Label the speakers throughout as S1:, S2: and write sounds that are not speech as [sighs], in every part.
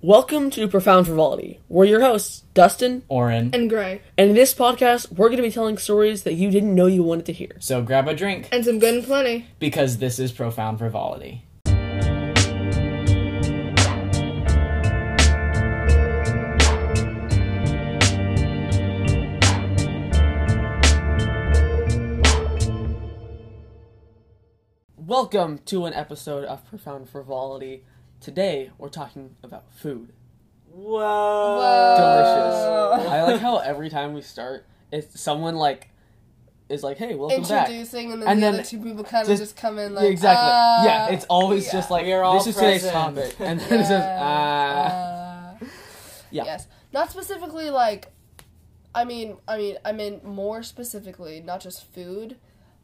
S1: Welcome to Profound Frivolity. We're your hosts, Dustin,
S2: Oren.
S3: and gray
S1: and in this podcast, we're going to be telling stories that you didn't know you wanted to hear.
S2: So grab a drink
S3: and some good and plenty.
S2: because this is profound frivolity.
S1: Welcome to an episode of Profound Frivolity. Today, we're talking about food.
S4: Whoa.
S1: Delicious. I like how every time we start, it's someone like is like, "Hey, welcome back."
S3: Introducing and then
S1: And
S3: the
S1: then
S3: other two people kind of
S1: just-
S3: just come in
S2: Yeah,
S3: like
S2: exactly.
S3: "Ah,
S2: yeah, it's
S1: [laughs]
S2: always
S3: yeah.
S2: just like
S4: We are all
S2: this is today's
S4: present." [laughs]
S2: topic, and then it says ah.
S3: uh,
S1: Yeah.
S3: Yes, not specifically like. I mean, I mean, I mean more specifically, not just food,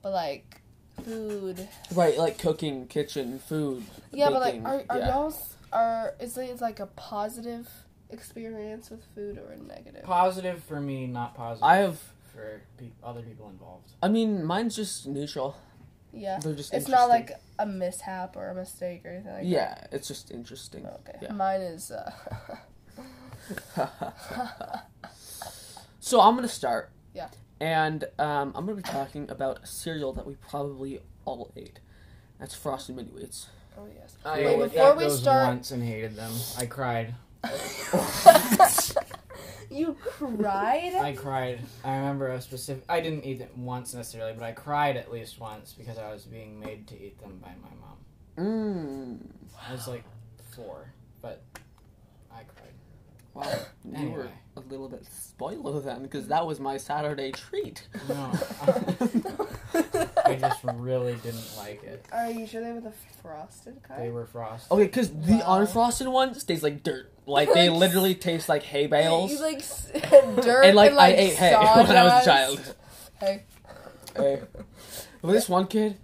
S3: but like food.
S1: Right, like cooking, kitchen, food.
S3: Yeah, but like,
S1: baking,
S3: are are
S1: yeah.
S3: y'all s- are is it it's like a positive experience with food or a negative?
S4: uh, Positive for me, not positive.
S1: I have.
S4: for pe- other people involved.
S1: I mean, mine's just neutral.
S3: yeah,
S1: They're just.
S3: it's not like
S1: interesting.
S3: a mishap or a mistake or anything like
S1: Yeah, it's just interesting. [laughs]
S3: that. Okay,
S1: Yeah.
S3: mine is. Uh, [laughs]
S1: So I'm gonna start.
S3: Yeah.
S1: And um, I'm gonna be talking about a cereal that we probably all ate. That's Frosted Mini Wheats.
S3: oh yes.
S4: I
S3: Wait,
S4: ate
S3: before
S4: that
S3: we
S4: those
S3: start-
S4: once and hated them. I cried.
S3: You cried?
S4: [laughs] I cried. I remember a specific. I didn't eat it once necessarily, but I cried at least once because I was being made to eat them by my mom.
S1: Mmm.
S3: Mm.
S4: I was like four, but I cried.
S1: Wow. You were
S4: Anyway.
S1: a little bit spoiler then, because that was my Saturday treat.
S4: No, [laughs] I just really didn't like it.
S3: Are you sure they were the frosted
S4: They
S3: kind?
S4: were frosted.
S1: Okay, because the
S3: Wow.
S1: unfrosted one tastes like dirt. Like they
S3: Like,
S1: literally taste like hay bales.
S3: You like s- [laughs] dirt
S1: and like, I ate hay [laughs] when I was a
S3: sawdust.
S1: child.
S3: Hey,
S1: Hey. Well, this one kid,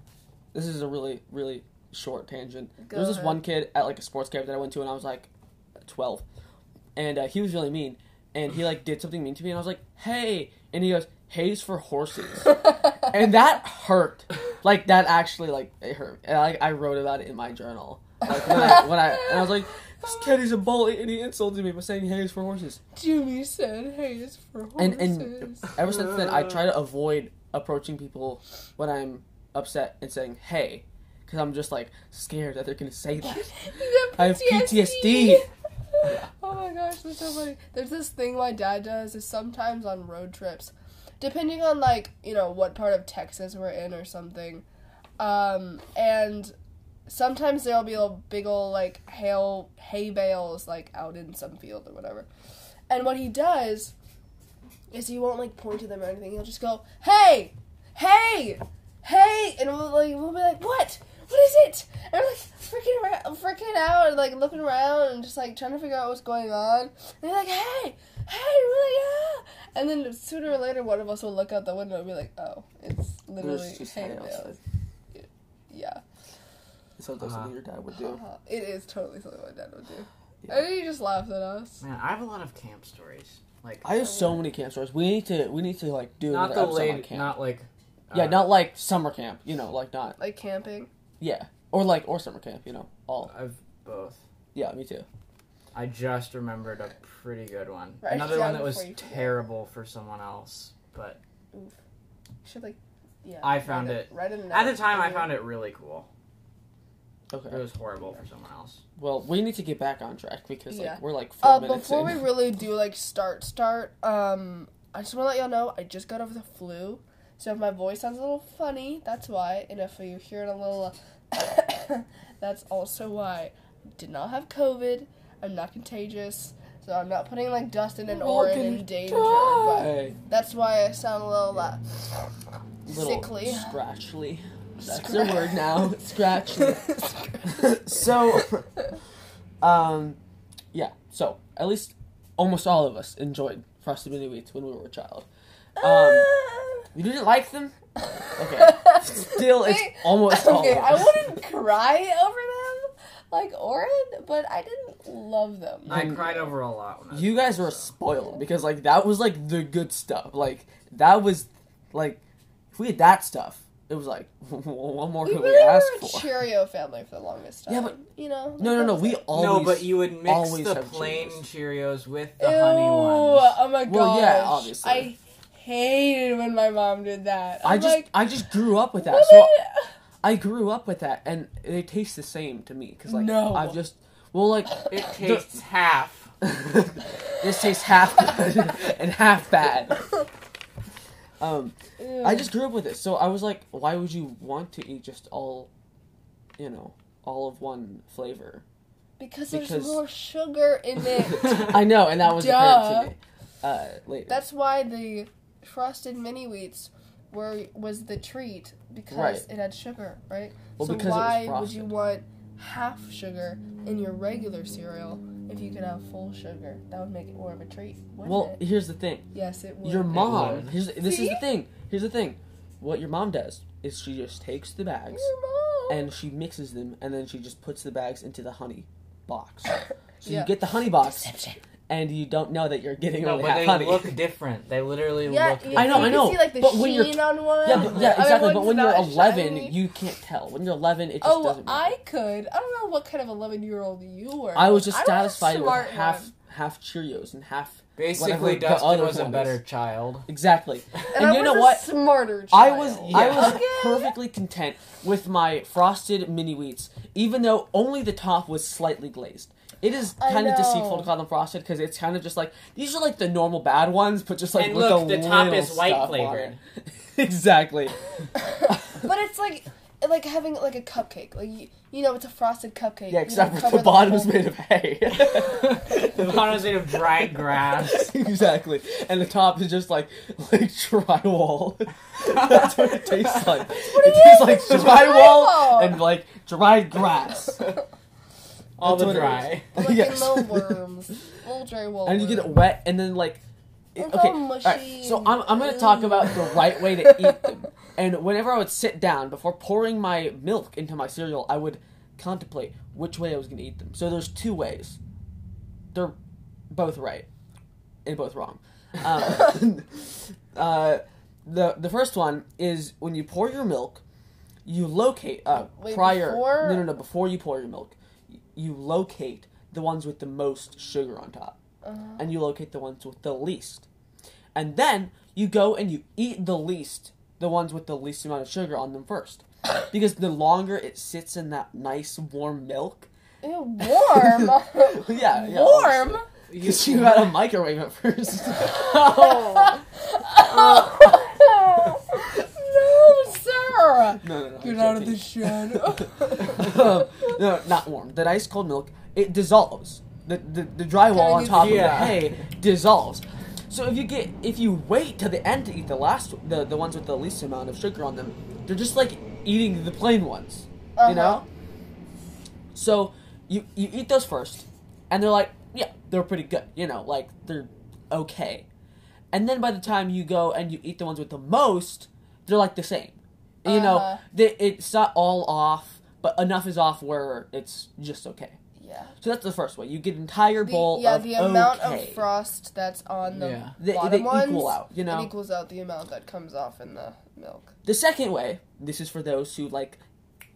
S1: this is a really, really short tangent.
S3: Go
S1: there was this
S3: ahead.
S1: one kid at like a sports camp that I went to, and I was like 12. And uh, he was really mean. And he like did something mean to me, and I was like, hey. And he goes, hay's for
S3: [laughs]
S1: horses. [laughs] and that hurt. Like, that actually, like, it hurt. And I, I wrote about it in my journal. Like, when I, when I, and I was like, this kid is a bully, and he insulted me by saying hay's for horses.
S3: Jimmy said hay is for horses.
S1: And- and- Ever since then, I try to avoid approaching people when I'm upset and saying "Hey," because I'm just like scared that they're gonna say that.
S3: You
S1: I have PTSD.
S3: oh my gosh, that's so funny. There's this thing my dad does is sometimes on road trips, depending on like, you know, what part of Texas we're in or something. Um, and sometimes there'll be a big old like hail hay bales like out in some field or whatever. And what he does is he won't like point to them or anything. He'll just go, "Hey, hey, hey," and we'll like we'll be like, "What? What is it?" And we're like freaking around, freaking out, and like looking around and just like trying to figure out what's going on. And they're like, "Hey, hey," and we're like, "Ah!" And then sooner or later, one of us will look out the window and be like, "Oh, it's [laughs] literally
S1: It's just
S3: hay
S1: hay
S3: bales."
S1: outside.
S3: Yeah,
S1: So that's
S4: Uh-huh.
S1: something your dad would do.
S3: haha. it is totally something my dad would do.
S1: Yeah.
S3: And he just laughs at
S4: [laughs]
S3: us.
S4: Man, I have a lot of camp stories. Like
S1: I have so many camp stories. We need to, we need to like do
S4: not
S1: another
S4: the
S1: episode on
S4: late,
S1: camp.
S4: not like
S1: yeah,
S4: uh,
S1: not like summer camp. You know, like not
S3: Like camping.
S1: yeah, or like or summer camp. You know, all
S4: I've both.
S1: yeah, me too.
S4: I just remembered a pretty good one.
S3: Write it
S4: Another
S3: down
S4: one that was
S3: before you forget.
S4: terrible for someone else, but
S3: Should like, yeah.
S4: I found
S3: write
S4: it-
S3: Right in
S4: at the time I found it really cool. It
S1: Okay,
S4: was horrible for someone else.
S1: well, we need to get back on track because like
S3: Yeah.
S1: we're like four
S3: Uh,
S1: minutes
S3: before we
S1: in.
S3: really do like start start, um, I just want to let y'all know I just got over the flu, so if my voice sounds a little funny, that's why. And if you hear it a little, [coughs] that's also why. I did not have COVID. I'm not contagious, so I'm not putting like Dustin and
S1: We're
S3: Oren
S1: gonna
S3: in danger. But
S1: Hey,
S3: that's why I sound a little uh,
S1: little
S3: sickly.
S1: scratchly. That's
S3: Scratch-
S1: the word
S3: [laughs]
S1: now. Scratchly. so, um, yeah. So at least almost all of us enjoyed frosted mini wheats when we were a child. [laughs] Um,
S3: [laughs]
S1: you didn't like them. Okay. Still, it's
S3: Wait,
S1: almost all.
S3: Okay,
S1: of
S3: I
S1: us.
S3: wouldn't cry over them like Oren, but I didn't love them.
S4: I
S1: Mm.
S4: cried over a lot when I was
S1: You guys were spoiled because like that was like the good stuff. Like that was like if we had that stuff, it was like [laughs] one more
S3: We
S1: could we,
S3: really
S1: ask
S3: were a
S1: for?
S3: Cheerio family for the longest time.
S1: Yeah, but-
S3: you know.
S1: No, no, no. We always.
S4: no, but you would mix
S1: always
S4: the
S1: have
S4: plain Cheerios. with the
S3: Ew,
S4: honey ones.
S3: Oh my gosh.
S1: Well, yeah, obviously.
S3: I hated when my mom did that. I'm
S1: I just
S3: like,
S1: I just grew up with that.
S3: "What
S1: So
S3: is-
S1: I grew up with that, and they taste the same to me because like
S3: No.
S1: I've just well like [laughs]
S4: It tastes half.
S1: this tastes half
S3: [laughs]
S1: good [laughs] and half bad. Um, I
S3: Ew.
S1: just grew up with it, so I was like, why would you want to eat just all, you know, all of one flavor?
S3: [laughs] because, there's
S1: because-
S3: more sugar in
S1: [laughs]
S4: [laughs]
S3: it.
S1: I know, and that was apparent
S3: Duh.
S1: to me. Uh, later.
S3: That's why the frosted mini wheats were was the treat because
S1: Right.
S3: it had sugar, right?
S1: Well,
S3: so
S1: because it was
S3: why would
S1: frosted.
S3: you want half sugar in your regular cereal if you could have full sugar? That would make it more of a treat. Wouldn't
S1: well,
S3: it?
S1: here's the thing.
S3: yes, it would.
S1: Your
S4: would.
S1: mom. Here's, this is
S3: See?
S1: the thing. Here's the thing. What your mom does is she just takes the bags
S3: Your mom.
S1: and she mixes them, and then she just puts the bags into the honey box. So
S3: Yeah.
S1: you get the honey box,
S3: Deception.
S1: and you don't know that you're getting
S4: No,
S1: only
S4: but
S1: half
S4: they
S1: honey.
S4: look different. They literally
S3: Yeah,
S4: look.
S3: yeah,
S4: different.
S1: I know,
S3: you
S1: I
S3: can
S1: know,
S3: See, like the
S1: but when you're-
S3: sheen on one.
S1: yeah, but, yeah,
S3: I mean,
S1: exactly. but
S3: one's
S1: when you're
S3: not
S1: 11,
S3: shiny.
S1: you can't tell. When you're 11, it just
S3: Oh,
S1: doesn't. matter.
S3: I could. I don't know what kind of eleven-year-old you were.
S1: I was just
S3: I a
S1: satisfied with
S3: smart
S1: half
S3: one.
S1: half Cheerios and half
S4: Basically,
S1: whatever the
S4: Dustin
S1: other
S4: was a
S1: one
S4: better
S1: is.
S4: child.
S1: exactly.
S3: And,
S1: And,
S3: I
S1: you know
S3: was a
S1: what?
S3: Smarter.
S1: I was
S3: child.
S1: I was
S3: Okay.
S1: perfectly content with my frosted mini wheats, even though only the top was slightly glazed. It is
S3: I
S1: kind of deceitful
S3: know.
S1: to call them frosted because it's kind of just like these are like the normal bad ones, but just like
S4: And
S1: with
S4: look,
S1: a
S4: the top
S1: little
S4: is white
S1: stuff on
S4: flavored.
S1: it. [laughs] exactly.
S3: [laughs] But it's like like having like a cupcake. Like you, you know, it's a frosted cupcake.
S1: Yeah,
S3: You
S1: except
S3: don't
S1: for
S3: cover
S1: the bottom is
S3: whole-
S1: made of
S3: [laughs]
S1: hay.
S4: [laughs] The bottom is made of [laughs] dried grass.
S1: [laughs] exactly, and the top is just like like drywall. [laughs] That's what it tastes like. it
S3: it
S1: tastes
S3: is,
S1: like
S3: it's
S1: drywall
S3: drywall.
S1: and like dried grass.
S4: All
S1: That's
S4: the
S1: what it
S4: dry.
S3: Like
S1: [laughs]
S3: in
S1: Yes.
S3: little worms, little dry worms.
S1: and you get it wet, and then like, it-
S3: It's
S1: okay,
S3: all mushy
S1: alright, So
S3: and-
S1: I'm I'm gonna talk about the right way to eat
S3: [laughs]
S1: them. And whenever I would sit down before pouring my milk into my cereal, I would contemplate which way I was gonna eat them. So there's two ways. They're both right, and both wrong. Um, [laughs] uh, the the first one is when you pour your milk, you locate uh,
S3: Wait,
S1: prior
S3: before-
S1: no no no before you pour your milk, y- you locate the ones with the most sugar on top
S3: Uh-huh.
S1: and you locate the ones with the least. And then you go and you eat the least, the ones with the least amount of sugar on them first.
S3: [laughs]
S1: Because the longer it sits in that nice warm milk,
S3: Ew, warm.
S1: [laughs] yeah, yeah [laughs]
S3: [laughs] warm.
S1: You, you gotta microwave it first.
S3: [laughs] Oh. no, sir.
S1: no, no, no.
S3: Get
S1: I'm
S3: out of
S1: joking.
S3: the
S1: [laughs]
S3: shadow.
S1: Um, no, not warm. The nice cold milk it dissolves. The the, the drywall on
S3: get-
S1: top
S4: Yeah.
S1: of the hay dissolves. So if you get if you wait to the end to eat the last the the ones with the least amount of sugar on them, they're just like eating the plain ones. You
S3: Uh-huh.
S1: know. So you you eat those first, and they're like yeah they're pretty good. You know like they're okay. And then by the time you go and you eat the ones with the most, they're like the same. You
S3: Uh-huh.
S1: know, they, it's not all off, but enough is off where it's just okay.
S3: yeah.
S1: So that's the first way. You get an entire
S3: The,
S1: bowl
S3: yeah,
S1: of
S3: the amount
S1: okay.
S3: of frost that's on the
S4: Yeah.
S1: They-
S3: bottom
S1: they equal
S3: ones,
S1: out, you know?
S3: it equals out the amount that comes off in the milk.
S1: the second way, this is for those who like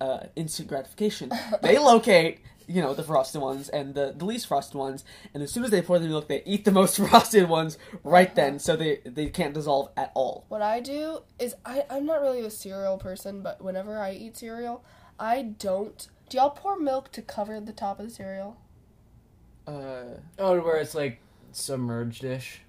S1: uh, instant gratification. they locate, you know, the frosted ones and the, the least frosted ones, and as soon as they pour the milk, they eat the most [laughs] frosted ones right then, so they they can't dissolve at all.
S3: What I do is I I'm not really a cereal person, but whenever I eat cereal, I don't. Do y'all pour milk to cover the top of the cereal,
S1: Uh,
S4: Oh, where it's like submerged-ish.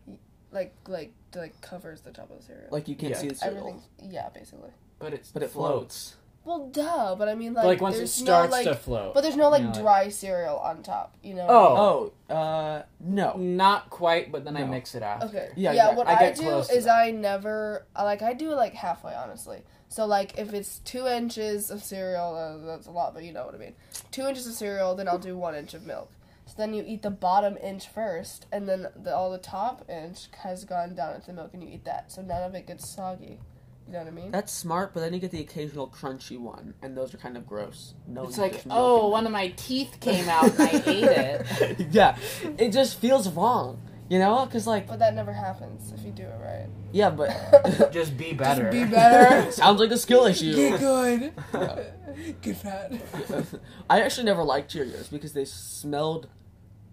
S3: like like like covers the top of the cereal?
S1: like you can't
S4: Yeah.
S1: see the cereal.
S3: Everything, yeah, basically.
S4: But it's
S1: But it
S4: floats.
S3: Well, duh, but I mean,
S4: But,
S3: like,
S4: Like, once it
S3: there's
S4: starts
S3: no, like,
S4: to float.
S3: but there's no like
S4: you know, like-
S3: dry cereal on top, you know.
S4: Oh.
S1: Oh, uh, no.
S4: Not quite, but then I
S1: No.
S4: mix it after.
S3: Okay.
S1: Yeah,
S3: Yeah. Yeah.
S1: exactly.
S3: What
S4: I
S3: I,
S4: get
S3: do
S4: close to
S3: is
S4: that.
S3: I never I like I do it like halfway, honestly. So like if it's two inches of cereal, uh, that's a lot, but you know what I mean. Two inches of cereal, then I'll do one inch of milk. So then you eat the bottom inch first, and then the, all the top inch has gone down into the milk, and you eat that. So none of it gets soggy. You know what I mean?
S1: That's smart, but then you get the occasional crunchy one, and those are kind of gross. No,
S4: It's like,
S1: [laughs]
S4: [laughs] oh, one of my teeth came out and I ate it.
S1: yeah, it just feels wrong. You know, because like
S3: But that never happens if you do it right.
S1: yeah, but [laughs]
S4: [laughs] Just be better.
S3: Be
S4: [laughs]
S3: better.
S1: sounds like a skill issue.
S3: Get good.
S1: Yeah.
S3: Get fat.
S1: [laughs] I actually never liked Cheerios because they smelled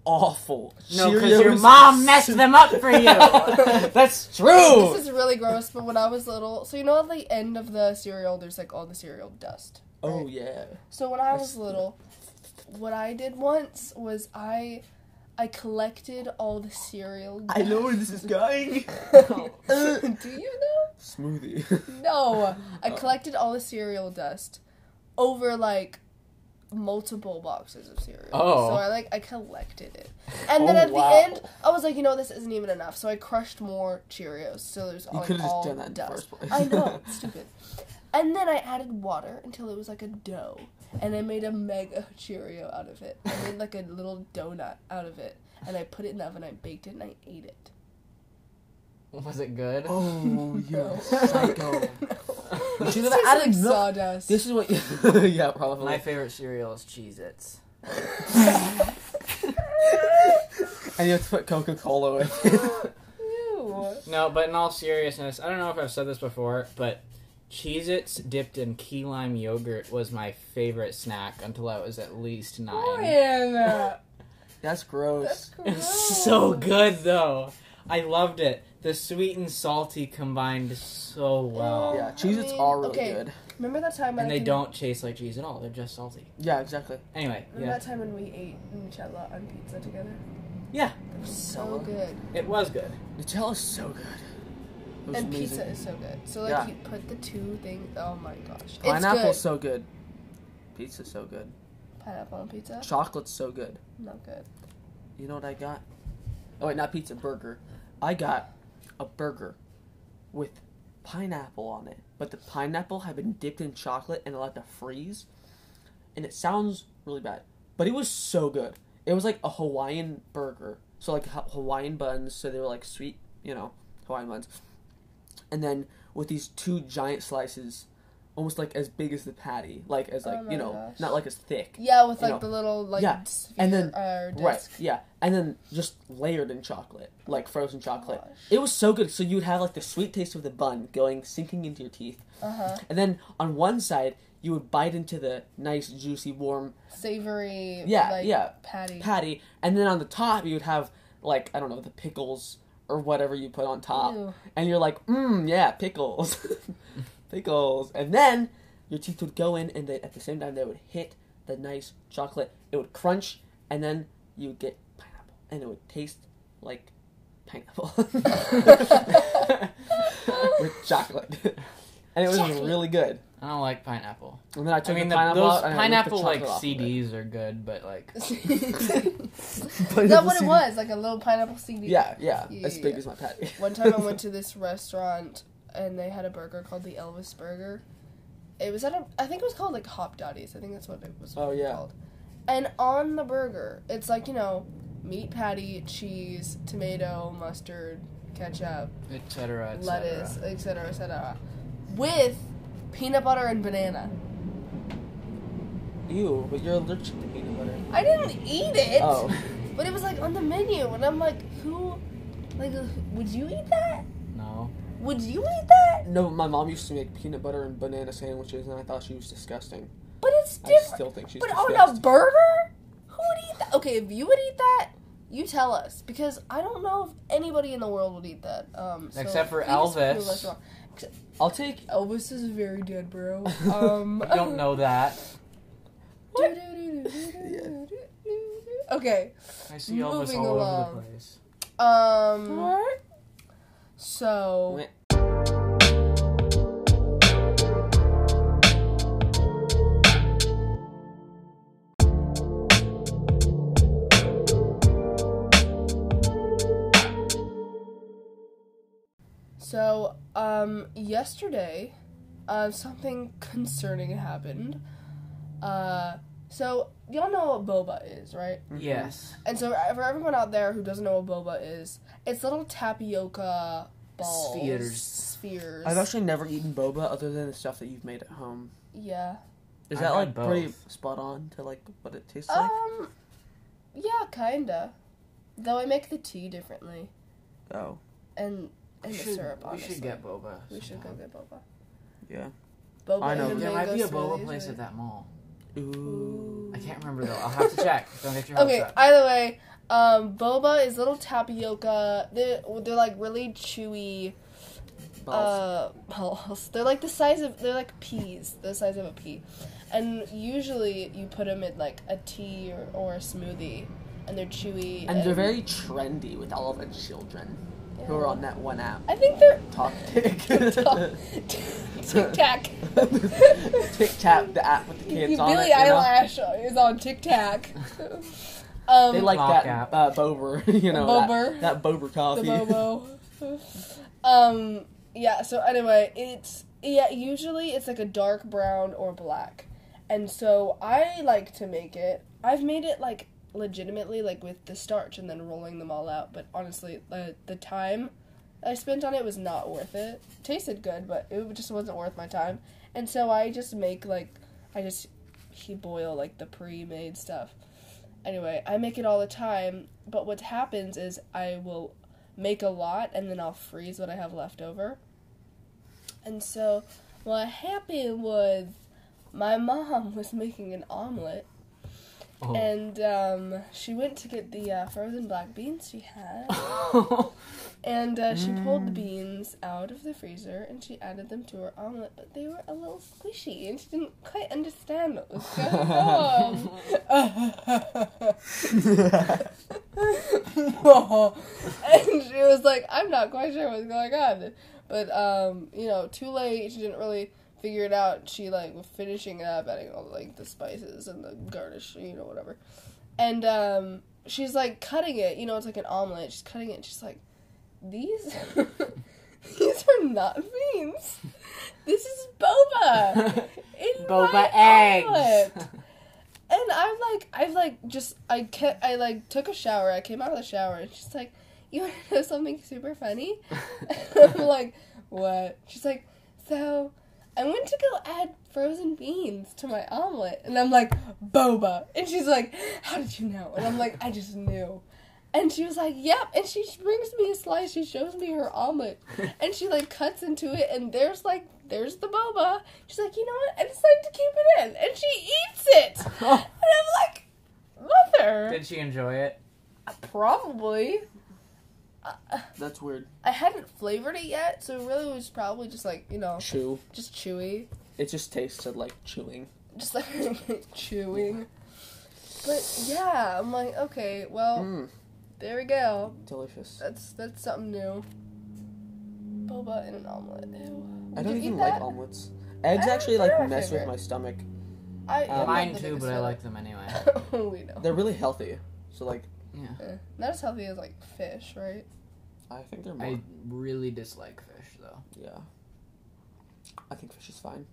S1: awful.
S4: No, because your
S1: Cheerios-
S4: mom messed them up for [laughs] you.
S1: That's
S3: This
S1: true.
S3: is really gross, but when I was little, so you know at the end of the cereal, there's like all the cereal dust.
S1: [laughs] Oh yeah.
S3: So when I
S1: That's-
S3: was little, what I did once was I, I collected all the cereal.
S1: I know where this is going.
S3: [laughs] Do you know?
S1: Smoothie. Oh.
S3: No, I collected all the cereal dust over like multiple boxes of cereal.
S2: Oh.
S3: So I like I
S1: [laughs]
S3: collected it. And then
S1: Oh,
S3: at
S1: wow.
S3: the end, I was like, you know, this isn't even enough. So I crushed more Cheerios. So there's
S1: You
S3: all,
S1: could have
S3: all
S1: just done that in the
S3: dust.
S1: first place. [laughs]
S3: I know, it's stupid. And then I added water until it was like a dough, and I made a mega [laughs] Cheerio out of it. I made like a little donut out of it, and I put it in the oven. I baked it and I ate it.
S4: Was it good?
S1: [laughs] oh, you
S3: [laughs] No.
S1: psycho.
S3: It
S1: should've
S3: tastes
S1: added
S3: like
S1: milk.
S3: sawdust. [laughs]
S1: This is what. [laughs] yeah, probably.
S4: My favorite cereal is Cheez Its.
S1: [laughs] And you have to put Coca Cola in.
S3: Ew.
S4: No, but in all seriousness, I don't know if I've said this before, but Cheez Its dipped in key lime yogurt was my favorite snack until I was at least nine.
S3: Brianna,
S1: [laughs] That's
S3: that's
S1: gross.
S4: It was
S3: gross.
S4: so good though. I loved it. The sweet and salty combined so well.
S3: Ew.
S1: Yeah, Cheez Its
S3: I mean,
S1: are really
S3: okay.
S1: good.
S3: Remember that time?
S4: And
S3: I
S4: they
S3: can-
S4: don't taste like cheese at all. They're just salty.
S1: Yeah, exactly.
S4: Anyway,
S3: Remember
S4: yeah.
S3: that time when we ate Nutella on pizza together?
S4: Yeah.
S3: That was so good.
S4: It was good.
S1: Nutella's so good. It was
S3: And
S1: amazing.
S3: pizza is so good. So like
S1: Yeah.
S3: you put the two things. Oh my gosh,
S1: Pineapple's
S3: it's
S1: so good. Pizza's so good.
S3: good. Pineapple on pizza,
S1: Chocolate's so good.
S3: not good.
S1: You know what I got? Oh wait, not pizza, burger. I got a burger with pineapple on it, but the pineapple had been dipped in chocolate and allowed to freeze. And it sounds really bad, but it was so good. It was like a Hawaiian burger, so like Ha- Hawaiian buns, so they were like sweet, you know, Hawaiian buns. And then with these two giant slices, almost like as big as the patty, like as
S3: Oh
S1: like
S3: my
S1: you know,
S3: gosh.
S1: not like as thick.
S3: Yeah, with
S1: You
S3: like
S1: know,
S3: the little like
S1: yeah,
S3: sphere
S1: and then-
S3: or
S1: Right.
S3: disc.
S1: Yeah, and then just layered in chocolate, like frozen chocolate.
S3: Gosh.
S1: It was so good. So you would have like the sweet taste of the bun going sinking into your teeth,
S3: Uh huh.
S1: and then on one side you would bite into the nice juicy warm
S3: Savory.
S1: Yeah,
S3: Like,
S1: yeah.
S3: Patty.
S1: patty, and then on the top you would have like I don't know the pickles or whatever you put on top,
S3: [laughs] Ew.
S1: and you're like, mmm, yeah, pickles, [laughs] pickles, and then your teeth would go in, and they, at the same time they would hit the nice chocolate. It would crunch, and then you would get pineapple, and it would taste like pineapple [laughs] with chocolate, and it was
S3: Chocolate.
S1: really good.
S4: I don't like pineapple.
S1: And then I
S4: I
S1: took
S4: mean,
S1: the
S4: the,
S1: pineapple
S4: those
S1: out, and I ripped the
S4: pineapple like
S1: chocolate off of it. [laughs]
S4: CDs are good, but like
S1: But
S3: Is
S1: was
S3: that what it
S1: CD
S3: was? Like a little pineapple CD.
S1: Yeah, yeah,
S3: Yeah,
S1: as
S3: yeah,
S1: big
S3: yeah.
S1: as my patty.
S3: One time
S1: [laughs]
S3: I went to this restaurant and they had a burger called the Elvis Burger. It was at a, I think it was called like Hop Dotties. I think that's what it was
S1: Oh, yeah.
S3: called. And on the burger, it's like, you know, meat patty, cheese, tomato, mustard, ketchup,
S4: etc. Et
S3: lettuce,
S4: cetera.
S3: etc., etc. With peanut butter and banana.
S1: Ew, but you're allergic to peanut butter.
S3: I didn't eat it,
S1: Oh,
S3: but it was like on the menu, and I'm like, who, like, would you eat that?
S4: No.
S3: Would you eat that?
S1: no, my mom used to make peanut butter and banana sandwiches, and I thought she was disgusting.
S3: But it's
S1: I
S3: different.
S1: still think she's
S3: But oh,
S1: disgusting.
S3: on a burger? Who would eat that? Okay, if you would eat that, you tell us because I don't know if anybody in the world would eat that. Um, so
S4: Except for
S3: please prove
S4: Elvis.
S3: us wrong.
S1: I'll take.
S3: Elvis is very dead, [laughs] bro. Um,
S4: You don't know that.
S3: [laughs]
S1: What?
S3: Okay.
S4: I see Elvis
S3: Moving
S4: all over
S3: along.
S4: the place.
S3: Um. So.
S1: Wait.
S3: So, um, yesterday, uh, something concerning happened. Uh, so y'all know what boba is, right?
S4: Yes.
S3: And so for everyone out there who doesn't know what boba is, it's little tapioca balls,
S4: Spheres.
S3: spheres.
S1: I've actually never eaten boba other than the stuff that you've made at home.
S3: yeah.
S1: Is
S4: I've
S1: that
S4: had
S1: like
S4: both.
S1: pretty spot on to like what it tastes like?
S3: Um. Yeah, Um, kinda. Though I make the tea differently Uh,
S1: Oh,
S3: and and the
S4: we should,
S3: syrup.
S4: we
S3: Honestly,
S4: should get boba.
S3: We should go
S4: sometime.
S3: get boba.
S1: yeah.
S3: Boba.
S1: I know.
S3: And
S4: There
S3: mango
S4: might be a
S3: smoothies,
S4: boba place
S3: right?
S4: at that mall.
S1: Ooh.
S4: I can't remember though. I'll have to check. Don't get your hopes
S3: Mm-hmm. Okay.
S4: up.
S3: Either way, um, boba is little tapioca. They're they're like really chewy.
S1: Balls.
S3: Uh, balls. They're like the size of they're like peas, the size of a pea, and usually you put them in like a tea or, or a smoothie, and they're chewy.
S1: and they're very trendy with all of the children who are on that one app.
S3: I
S1: [laughs]
S3: think they're
S1: Talk Tick.
S3: Talk- Tic Tac.
S1: Tic Tac, the app with the kids
S3: [laughs] You
S1: on
S3: Billy
S1: it. you know?
S3: Eyelash is on Tic Tac. [laughs] um,
S1: They like
S4: Lock
S1: that
S4: app.
S1: uh, bober, [laughs] you know, that-
S3: Bober.
S1: That, bober
S3: the
S1: coffee.
S3: Bobo. [laughs] um, yeah. So anyway, it's yeah. Usually it's like a dark brown or black, and so I like to make it. I've made it like legitimately like with the starch and then rolling them all out. But honestly, the the time I spent on it was not worth it. Tasted good, but it just wasn't worth my time. And so I just make like I just he boil like the pre-made stuff. Anyway, I make it all the time, but what happens is I will make a lot and then I'll freeze what I have left over. And so what happened was my mom was making an omelet
S4: Oh.
S3: and um, she went to get the uh, frozen black beans she had and uh, she pulled the beans out of the freezer and she added them to her omelet, but they were a little squishy and she didn't quite understand what was going [laughs] on. and she was like, I'm not quite sure what's going on. But, um, you know, too late. She didn't really figure it out. She, like, was finishing it up, adding all, like, the spices and the garnish, you know, whatever. And, um, she's, like, cutting it. You know, it's like an omelet. She's cutting it. She's like, these [laughs] these are not beans. This is boba. In my
S4: boba eggs.
S3: omelet. And I'm like, I've like just I kept I like took a shower. I came out of the shower and she's like, "You want to know something super funny?" [laughs] And I'm like, "What?" She's like, "So." I went to go add frozen beans to my omelet, and I'm like, boba. And she's like, how did you know? And I'm like, I just knew. And she was like, "Yep." And she brings me a slice. She shows me her omelet, and she like cuts into it, and there's like there's the boba. She's like, "You know what? I decided to keep it in," and she eats it. and I'm like, "Mother,
S4: [laughs] Did she enjoy it?
S3: probably."
S1: [laughs]
S3: uh,
S1: That's weird.
S3: I hadn't flavored it yet, so it really was probably just like you know,
S1: Chew.
S3: just chewy,
S1: It just tasted like chewing.
S3: just like [laughs] chewing. But yeah, I'm like, okay, well,
S1: Mmm,
S3: there we go.
S1: delicious.
S3: That's that's something new. Boba in an omelet. Ew.
S1: I
S3: Would
S1: don't
S3: you
S1: even
S3: eat
S1: like
S3: that?
S1: omelets. Eggs
S3: Eh,
S1: actually
S3: they're my
S1: like mess with
S3: favorite.
S1: my stomach.
S3: I,
S1: um,
S3: I'm not
S4: Mine
S3: the
S4: too,
S3: biggest
S4: but I
S3: fan.
S4: like them anyway.
S3: [laughs] Oh, we know.
S1: They're really healthy. So like,
S4: Yeah.
S3: Eh, Not as healthy as like fish, right?
S1: I think they're more.
S4: I really dislike fish though.
S1: Yeah. I think fish is fine.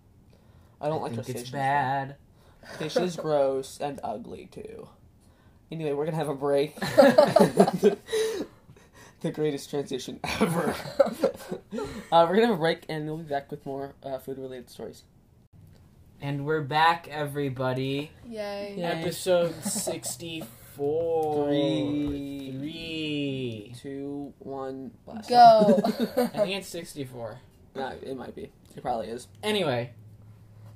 S1: I don't like
S4: think
S1: crustaceans.
S4: it's bad.
S1: though. Fish
S3: [laughs]
S1: is gross and ugly too. Anyway, we're gonna have a break. [laughs] the greatest transition ever. uh, we're gonna have a break and we'll be back with more uh, food related stories.
S4: And we're back, everybody.
S3: Yay.
S1: Yeah.
S4: [laughs] Episode sixty-four.
S1: Three.
S4: Three.
S1: Two, one, blast.
S3: Go.
S1: [laughs]
S4: I think it's sixty-four.
S1: no, it might be. It probably is.
S4: Anyway,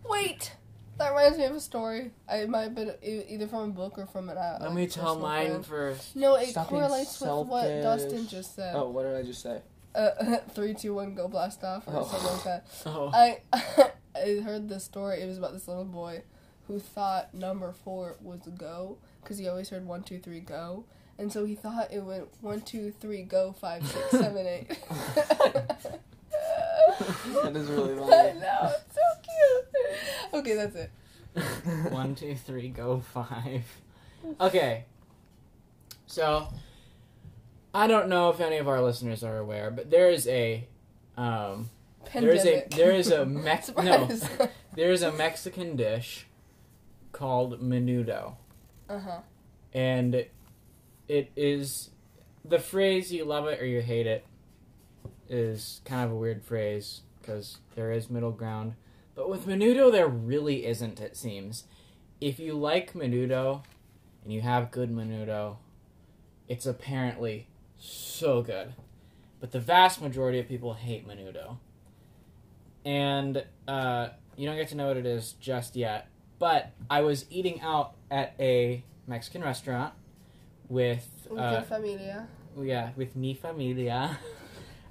S3: Wait. That reminds me of a story. I it might have been e- either from a book or from an. Uh,
S4: let
S3: like,
S4: me tell
S3: personal
S4: mine
S3: friend.
S4: first.
S3: No, it
S1: Stop being
S3: correlates with what
S1: selfish.
S3: Dustin just said.
S1: Oh, what did I just say?
S3: Uh, [laughs] three, two, one, go blast off or
S1: Oh.
S3: something like that.
S4: Oh,
S3: I [laughs] I heard this story. It was about this little boy who thought number four was go because he always heard one, two, three, go, and so he thought it went one, two, three, go, five, six, seven, eight. [laughs]
S1: That is
S3: [laughs]
S1: really
S3: I
S1: funny.
S3: know, it's so cute. Okay, that's it.
S4: one, two, three, go five. Okay. So, I don't know if any of our listeners are aware, but there is a, um, there is a
S3: Pandemic.
S4: there is a Mex no
S3: [laughs] Surprise.
S4: there is a Mexican dish called menudo,
S3: Uh huh.
S4: and it is the phrase "you love it or you hate it" is kind of a weird phrase because there is middle ground, but with menudo there really isn't. It seems if you like menudo and you have good menudo, It's apparently so good. But the vast majority of people hate menudo. And uh, you don't get to know what it is just yet. But I was eating out at a Mexican restaurant with
S3: With
S4: uh, [laughs]
S3: your familia.
S4: Oh, yeah, with mi [laughs] familia.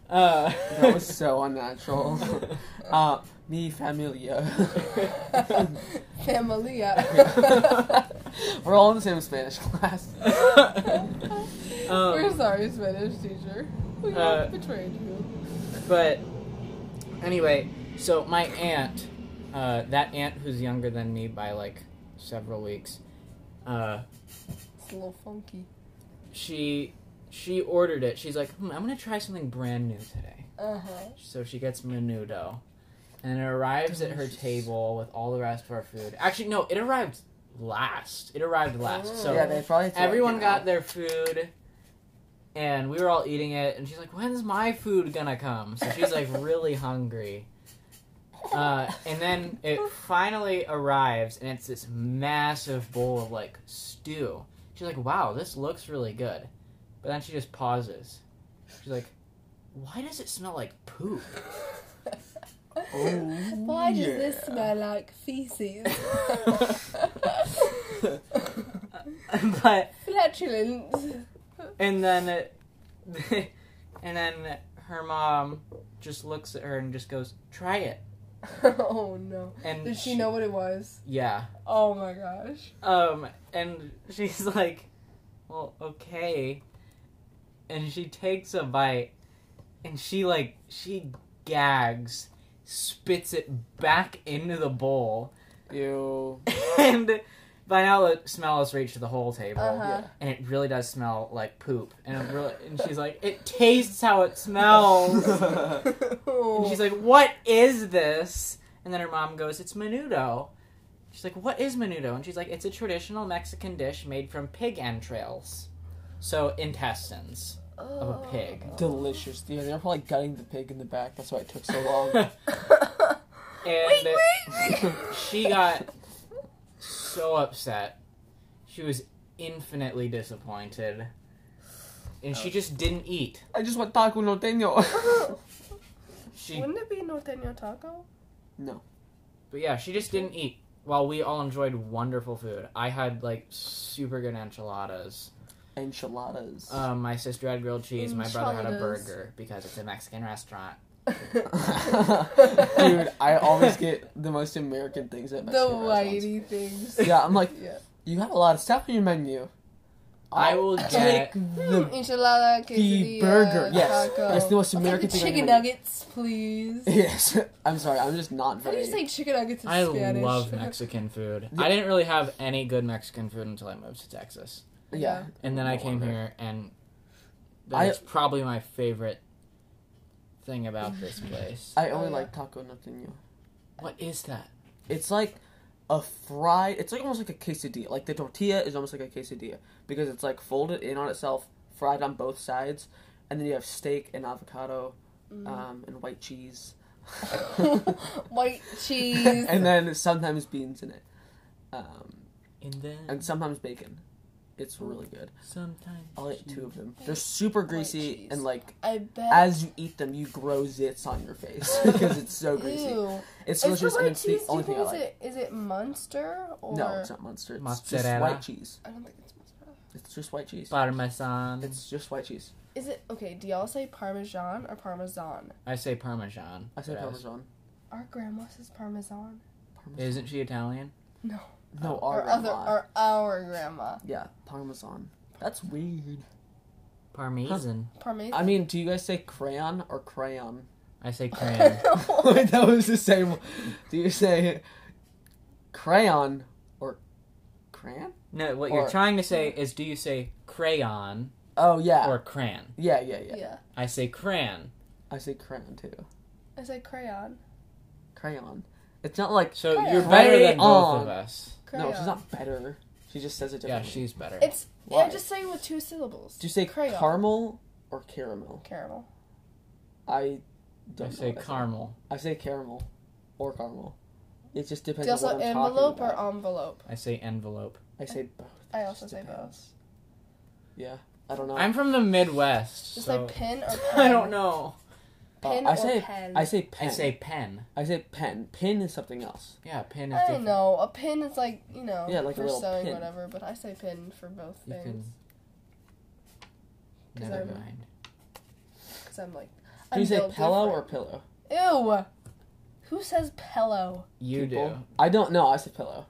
S4: Uh,
S1: That was so
S4: [laughs]
S1: unnatural.
S3: [laughs]
S1: uh, mi familia.
S4: [laughs]
S3: familia.
S1: We're all in the same Spanish class.
S4: Um,
S3: [laughs] We're sorry, Spanish teacher. We
S4: Uh,
S3: betrayed you.
S4: But anyway, so my aunt, uh, that aunt who's younger than me by like several weeks, uh,
S3: It's a little funky.
S4: she she ordered it. She's like, hmm, I'm gonna try something brand new today.
S3: Uh huh.
S4: So she gets menudo, and it arrives at her
S1: Delicious.
S4: table with all the rest of our food. Actually, no, it arrived last. It arrived last. So
S1: yeah, they probably. thought,
S4: Everyone
S1: you know,
S4: got their food, and we were all eating it. And she's like, "When's my food gonna come?" So she's [laughs] like, really hungry. Uh, and then it finally arrives, and it's this massive bowl of like stew. She's like, "Wow, this looks really good," but then she just pauses. She's like, "Why does it smell like poop?"
S1: Oh,
S3: [laughs] Why does this
S1: yeah.
S3: smell like
S4: [laughs]
S3: feces?
S4: [laughs] but
S3: Flatulence.
S4: and then, it, [laughs] and then her mom just looks at her and just goes, "Try it."
S3: [laughs] oh no.
S4: And
S3: Did she know what it was?
S4: Yeah.
S3: Oh my gosh.
S4: Um, and she's [laughs] like, "Well, okay," and she takes a bite, and she like she gags, spits it back into the bowl, [laughs]
S1: [laughs] Ew.
S4: and by now the smell has reached the whole table,
S3: Uh-huh.
S4: and it really does smell like poop. And it really, and she's like, "It tastes how it [laughs]
S3: Oh. [laughs]
S4: smells." And she's like, "What is this?" And then her mom goes, "It's menudo." She's like, "What is menudo?" And she's like, "It's a traditional Mexican dish made from pig entrails, so intestines [laughs] of a pig."
S1: Oh. [laughs]
S3: [laughs]
S1: Delicious. Yeah, they're probably gutting the pig in the back. That's why it took so long.
S4: and she got so upset. She was infinitely disappointed, and she just didn't eat.
S1: [laughs] I just want taco norteño.
S4: She,
S3: Wouldn't it be norteño taco?
S4: but yeah, she just didn't eat. While we all enjoyed wonderful food, I had like super good enchiladas.
S1: [laughs] Enchiladas.
S4: Um, my sister had grilled cheese. My brother had a
S3: Enchiladas.
S4: burger because it's a Mexican restaurant.
S1: [laughs] [laughs] Dude, I always get the most American things at
S3: [laughs] the
S1: Mexican restaurants.
S3: whitey things.
S1: Yeah, I'm like,
S3: Yeah.
S1: you have a lot of stuff on your menu.
S4: I will get-
S1: take
S3: Hmm,
S1: the
S3: enchilada,
S1: the
S3: quesadilla,
S1: burger. Yes,
S3: taco.
S1: that's the most
S3: I'll take
S1: American
S3: the
S1: thing.
S3: chicken
S1: I've ever-
S3: nuggets, please.
S1: [laughs] [laughs] Yes, I'm sorry, I'm just not
S3: How do
S1: very.
S3: you say chicken nuggets in
S4: I
S3: Spanish?
S4: love
S3: [laughs]
S4: Mexican food. I didn't really have any good Mexican food until I moved to Texas,
S1: yeah,
S4: and then I
S1: No
S4: came
S1: wonder.
S4: here, and
S1: I-
S4: that's probably my favorite thing about [sighs] this place.
S1: I only
S3: Oh, yeah.
S1: like taco norteño.
S4: What is that?
S1: It's like a fried. It's like almost like a quesadilla. Like the tortilla is almost like a quesadilla because it's like folded in on itself, fried on both sides, and then you have steak and avocado, [laughs]
S3: Mm.
S1: um, and white
S3: [laughs]
S1: cheese,
S3: White cheese.
S1: Uh, and then sometimes beans in it, um,
S4: And then
S3: Mm.
S1: and sometimes bacon. It's really good.
S4: sometimes
S1: I'll eat two of them. They're super greasy
S3: cheese.
S1: and like
S3: I bet.
S1: as you eat them, you grow zits on your face [laughs] because it's so greasy.
S3: Ew.
S1: It's
S3: Is the
S1: delicious and
S3: white
S1: it's the
S3: cheese? Do you
S1: only thing
S3: think
S1: I
S3: is
S1: like.
S3: it is it Munster or
S1: No, it's not monster. It's just
S4: Mozzarella.
S1: white cheese.
S3: I don't think it's Munster.
S1: It's just white cheese.
S4: parmesan.
S1: It's just white cheese.
S3: Is it okay? Do y'all say Parmesan or Parmesan?
S4: I say parmesan.
S1: I said
S4: but
S1: parmesan.
S3: Our grandma says Parmesan.
S1: parmesan.
S4: Isn't she Italian?
S3: No,
S1: no,
S3: or
S1: our
S3: other
S1: grandma.
S3: or our grandma
S1: Yeah, parmesan. That's weird.
S4: Parmesan.
S3: Parmesan.
S1: I mean, do you guys say crayon or
S3: [laughs]
S1: crayon? [laughs]
S4: I [laughs] say [laughs] crayon.
S1: Wait, that was the same. one. Do you say crayon or crayon?
S4: No, what
S1: Or-
S4: you're trying to say is do you say crayon
S1: Oh yeah.
S4: or crayon?
S1: yeah, yeah, yeah,
S3: yeah.
S4: I say crayon.
S1: I say crayon too.
S3: I say crayon.
S1: Crayon. It's not like
S4: So
S3: Crayon.
S4: you're better than both
S1: Crayon.
S4: of us.
S3: Crayon.
S1: no, she's not better. She just says it
S4: Yeah,
S1: differently.
S4: she's better.
S3: It's.
S1: Why?
S3: I'm just saying with two syllables.
S1: Do you say
S3: Crayon.
S1: caramel or caramel?
S3: Caramel.
S1: I don't
S4: I
S1: know
S4: say
S1: what
S4: caramel.
S1: I say caramel or caramel. It just depends
S3: Do you
S1: on
S3: also
S1: what I'm talking
S3: envelope
S1: about.
S3: or envelope?
S4: I say envelope.
S1: I say both.
S3: I
S1: It
S3: also
S1: just
S3: say
S1: depends. Yeah. I don't know.
S4: I'm from the Midwest.
S3: Just
S4: so [laughs]
S3: like pin
S1: [laughs]
S3: or pen.
S4: I don't know.
S1: Uh,
S3: Pin
S1: I
S3: or
S1: say
S3: pen.
S1: I say pen.
S4: I say pen.
S1: I say pen. Pin is something else.
S4: Yeah, pin is
S3: I
S4: different.
S3: know. A pin is like you know
S1: Yeah, like a
S3: for
S1: little
S3: sewing
S1: pin.
S3: whatever, but I say pin for both
S4: You can.
S3: things Cause
S4: Never
S3: I'm-
S4: mind.
S3: because I'm like.
S1: Do
S3: I'm
S1: you say
S3: built
S1: pillow or
S3: different.
S1: pillow?
S3: Ew. Who says pillow?
S4: You
S1: People?
S4: do.
S1: I don't know. I say pillow.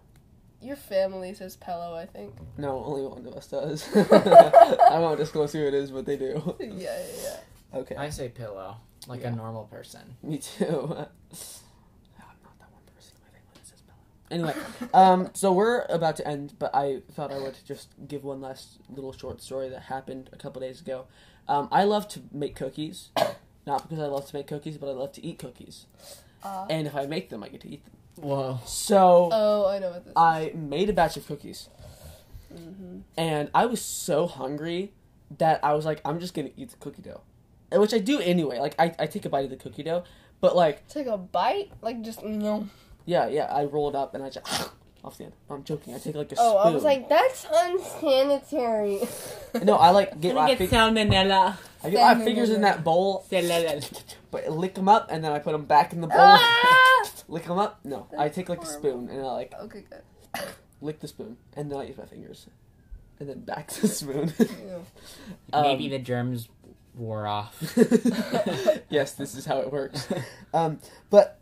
S3: Your family says pillow, I think. [laughs]
S1: No, only one of us [laughs] does. I won't disclose who it is, but they [laughs] do.
S3: Yeah, yeah, yeah.
S1: Okay.
S4: I say pillow, like
S1: Yeah.
S4: a normal person.
S1: Me too. [laughs] I'm not that one person in my family that says pillow. Anyway,
S3: [laughs]
S1: um, so we're about to end, but I thought I would just give one last little short story that happened a couple days ago. Um, I love to make cookies, not because I love to make cookies, but I love to eat cookies.
S3: Uh,
S1: And if I make them, I get to eat them.
S4: Whoa.
S1: So
S3: oh, I know what this
S1: I made a batch of cookies,
S3: is. Mm-hmm.
S1: and I was so hungry that I was like, I'm just gonna eat the cookie dough, And which I do anyway. Like I, I take a bite of the cookie dough, but like
S3: Take a bite? Like, just, no.
S1: Yeah, yeah. I roll it up and I just [laughs] off the end. I'm joking. I take like a spoon.
S3: Oh, I was like, that's unsanitary.
S1: [laughs] no, I
S3: [laughs]
S1: like get my fig-
S4: salmonella.
S1: I get my fingers in that bowl,
S4: Salmonella.
S1: but lick them up and then I put them back in the bowl.
S3: ah!
S1: [laughs] lick them up. No, I take like a
S3: That's
S1: spoon and I like
S3: Okay, good.
S1: lick the spoon and then I use my fingers, and then back
S3: [laughs]
S1: to the spoon.
S3: Ew.
S4: [laughs] Maybe
S1: Um,
S4: the germs
S1: [laughs]
S4: wore off.
S1: yes, this is how it works. Um, but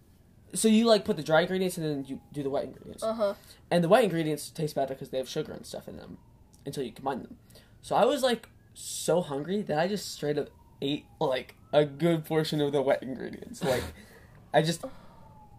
S1: so you like put the dry ingredients and then you do the wet ingredients. [laughs]
S3: Uh-huh.
S1: And the white ingredients taste better because they have sugar and stuff in them until you combine them. So I was like so hungry that I just straight up ate like a good portion of the wet ingredients. Like
S3: [laughs]
S1: I just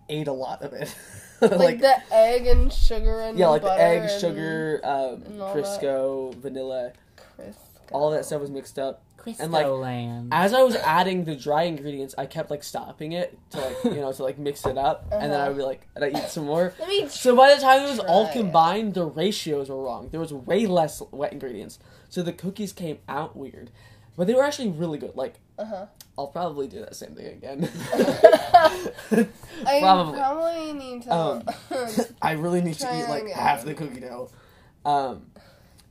S1: ate a lot of it. [laughs]
S3: Like, the egg and sugar and
S1: yeah, like the
S3: butter
S1: egg,
S3: and
S1: sugar, um,
S3: and all
S1: Crisco, vanilla,
S3: Crisco.
S1: all that stuff was mixed up.
S4: Crystal
S1: And, like,
S4: land.
S1: As I was adding the dry ingredients, I kept like stopping it to like you know to like mix it up, and then
S3: Uh-huh.
S1: I would be like, and I eat some more,
S3: Let me...
S1: So by the time it was all
S3: Try it.
S1: combined, the ratios were wrong. There was way less wet ingredients, so the cookies came out weird, but they were actually really good. Like
S3: Uh-huh.
S1: I'll probably do that same thing again. [laughs]
S3: I
S1: Probably.
S3: probably, need to...
S1: Um, [laughs] I really need to
S3: Try
S1: eat
S3: it
S1: like
S3: again.
S1: half the cookie dough. Um,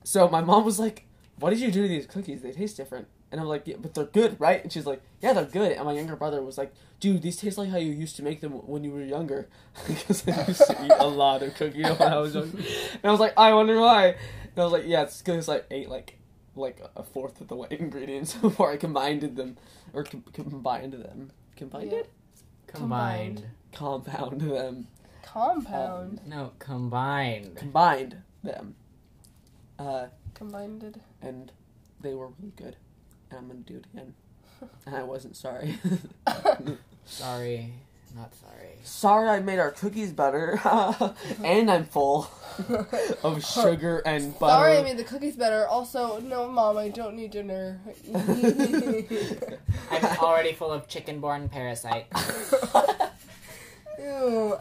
S1: so my mom was like, "What did you do to these cookies? They taste different." And I'm like, yeah, "But they're good, right?" And she's like, "Yeah, they're good." And my younger brother was like, "Dude, these taste like how you used to make them when you were younger, [laughs] because I used to eat
S3: [laughs]
S1: a lot of cookie dough when I was younger." And I was like, "I wonder why." And I was like, "Yeah, it's because I ate like." Like a fourth of the wet [laughs] ingredients before I combined them, or com- combined them, combined
S3: Yeah.
S1: it,
S4: combined.
S1: compound them,
S3: [laughs]
S1: [laughs]
S3: Compound.
S4: No, combined.
S1: combined them. Uh,
S3: Combined.
S1: and they were really good. And I'm gonna do it again. And I wasn't sorry. [laughs]
S4: Sorry, not sorry.
S1: sorry, I made our cookies better, [laughs] and I'm full of sugar and butter.
S3: Sorry, I made the cookies better. Also, no, mom, I don't
S1: [laughs]
S3: need dinner. [laughs]
S4: I'm already full of chicken-born parasites.
S3: Ew.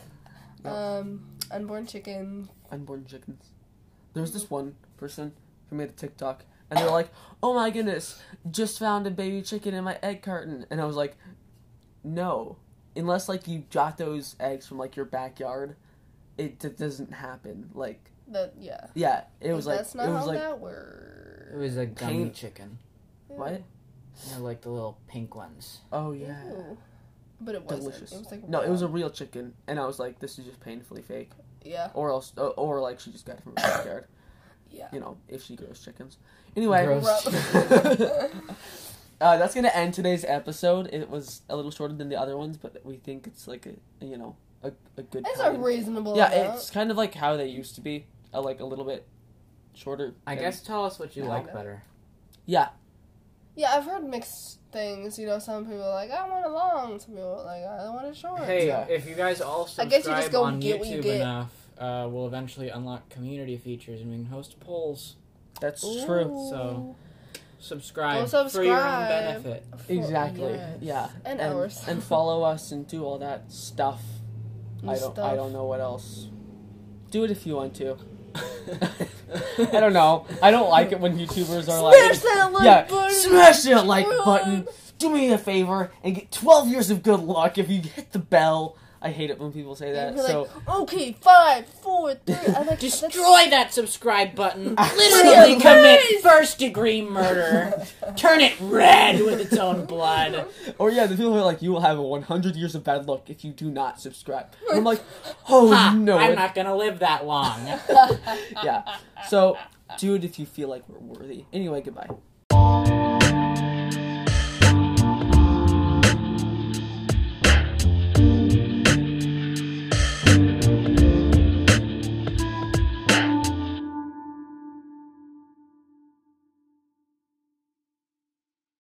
S3: Um, unborn chicken.
S1: Unborn chickens. There was this one person who made a TikTok, and they were like, "Oh my goodness, just found a baby chicken in my egg carton," and I was like, "No, unless like you got those eggs from like your backyard, it d- doesn't happen." Like,
S3: That yeah.
S1: yeah, it was like
S3: that's not
S1: it was
S3: how
S1: like
S3: that
S4: It
S3: works.
S4: was a gummy
S1: Paint.
S4: chicken.
S1: what?
S4: They're like the little pink ones.
S1: Oh
S3: Ew.
S1: yeah.
S3: But it wasn't.
S1: delicious.
S3: It was like
S1: no, it was a
S3: raw.
S1: real chicken, and I was like, this is just painfully fake,
S3: yeah.
S1: or else, uh, or like she just got it from her backyard.
S3: Yeah.
S1: You know, if she grows chickens. Anyway,
S4: Gross.
S1: [laughs]
S3: Rub-
S1: uh, that's gonna end today's episode. It was a little shorter than the other ones, but we think it's like a you know a, a good.
S3: it's a
S1: kind.
S3: reasonable.
S1: yeah,
S3: amount.
S1: it's kind of like how they used to be, uh, like a little bit shorter.
S4: I
S1: and-
S4: guess tell us what you
S3: No.
S4: like better.
S1: Yeah,
S3: Yeah, I've heard mixed things. You know, some people are like I want it long. Some people are like I want it short.
S4: Hey,
S1: Yeah.
S4: if you guys all
S3: I
S4: subscribe
S3: guess you just go
S4: on
S3: get what you
S4: YouTube
S3: get.
S4: enough, uh, we'll eventually unlock community features and we can host polls.
S1: that's
S3: Ooh.
S1: true.
S4: So, Subscribe,
S3: Go
S4: for your own
S3: subscribe.
S4: benefit.
S3: For-
S1: Exactly.
S3: yes.
S1: Yeah.
S3: And ours.
S1: And follow us and do all that stuff.
S3: And
S1: I don't. I
S3: stuff.
S1: don't know what else. Do it if you want
S4: [laughs]
S1: to. [laughs] I don't know. I don't like it when YouTubers are
S3: Smash
S1: like,
S3: that like
S1: yeah,
S3: button.
S1: smash that like
S3: Button.
S1: button. Do me a favor and get 12 years of good luck if you hit the bell. I hate it when people say that.
S3: You'd be
S1: so
S3: like, okay, five, four, three. I
S1: [laughs]
S3: like
S4: Destroy that subscribe button.
S3: Yeah,
S4: Literally
S3: please.
S4: commit first degree
S3: [laughs]
S4: murder. Turn it red with its own blood.
S1: Or yeah, the people who are like, you will have 100 years of bad luck if you do not subscribe. And I'm like, oh
S4: Ha,
S1: no. [laughs]
S4: I'm not gonna live that long.
S3: [laughs]
S1: yeah. So do it if you feel like we're worthy. Anyway, goodbye.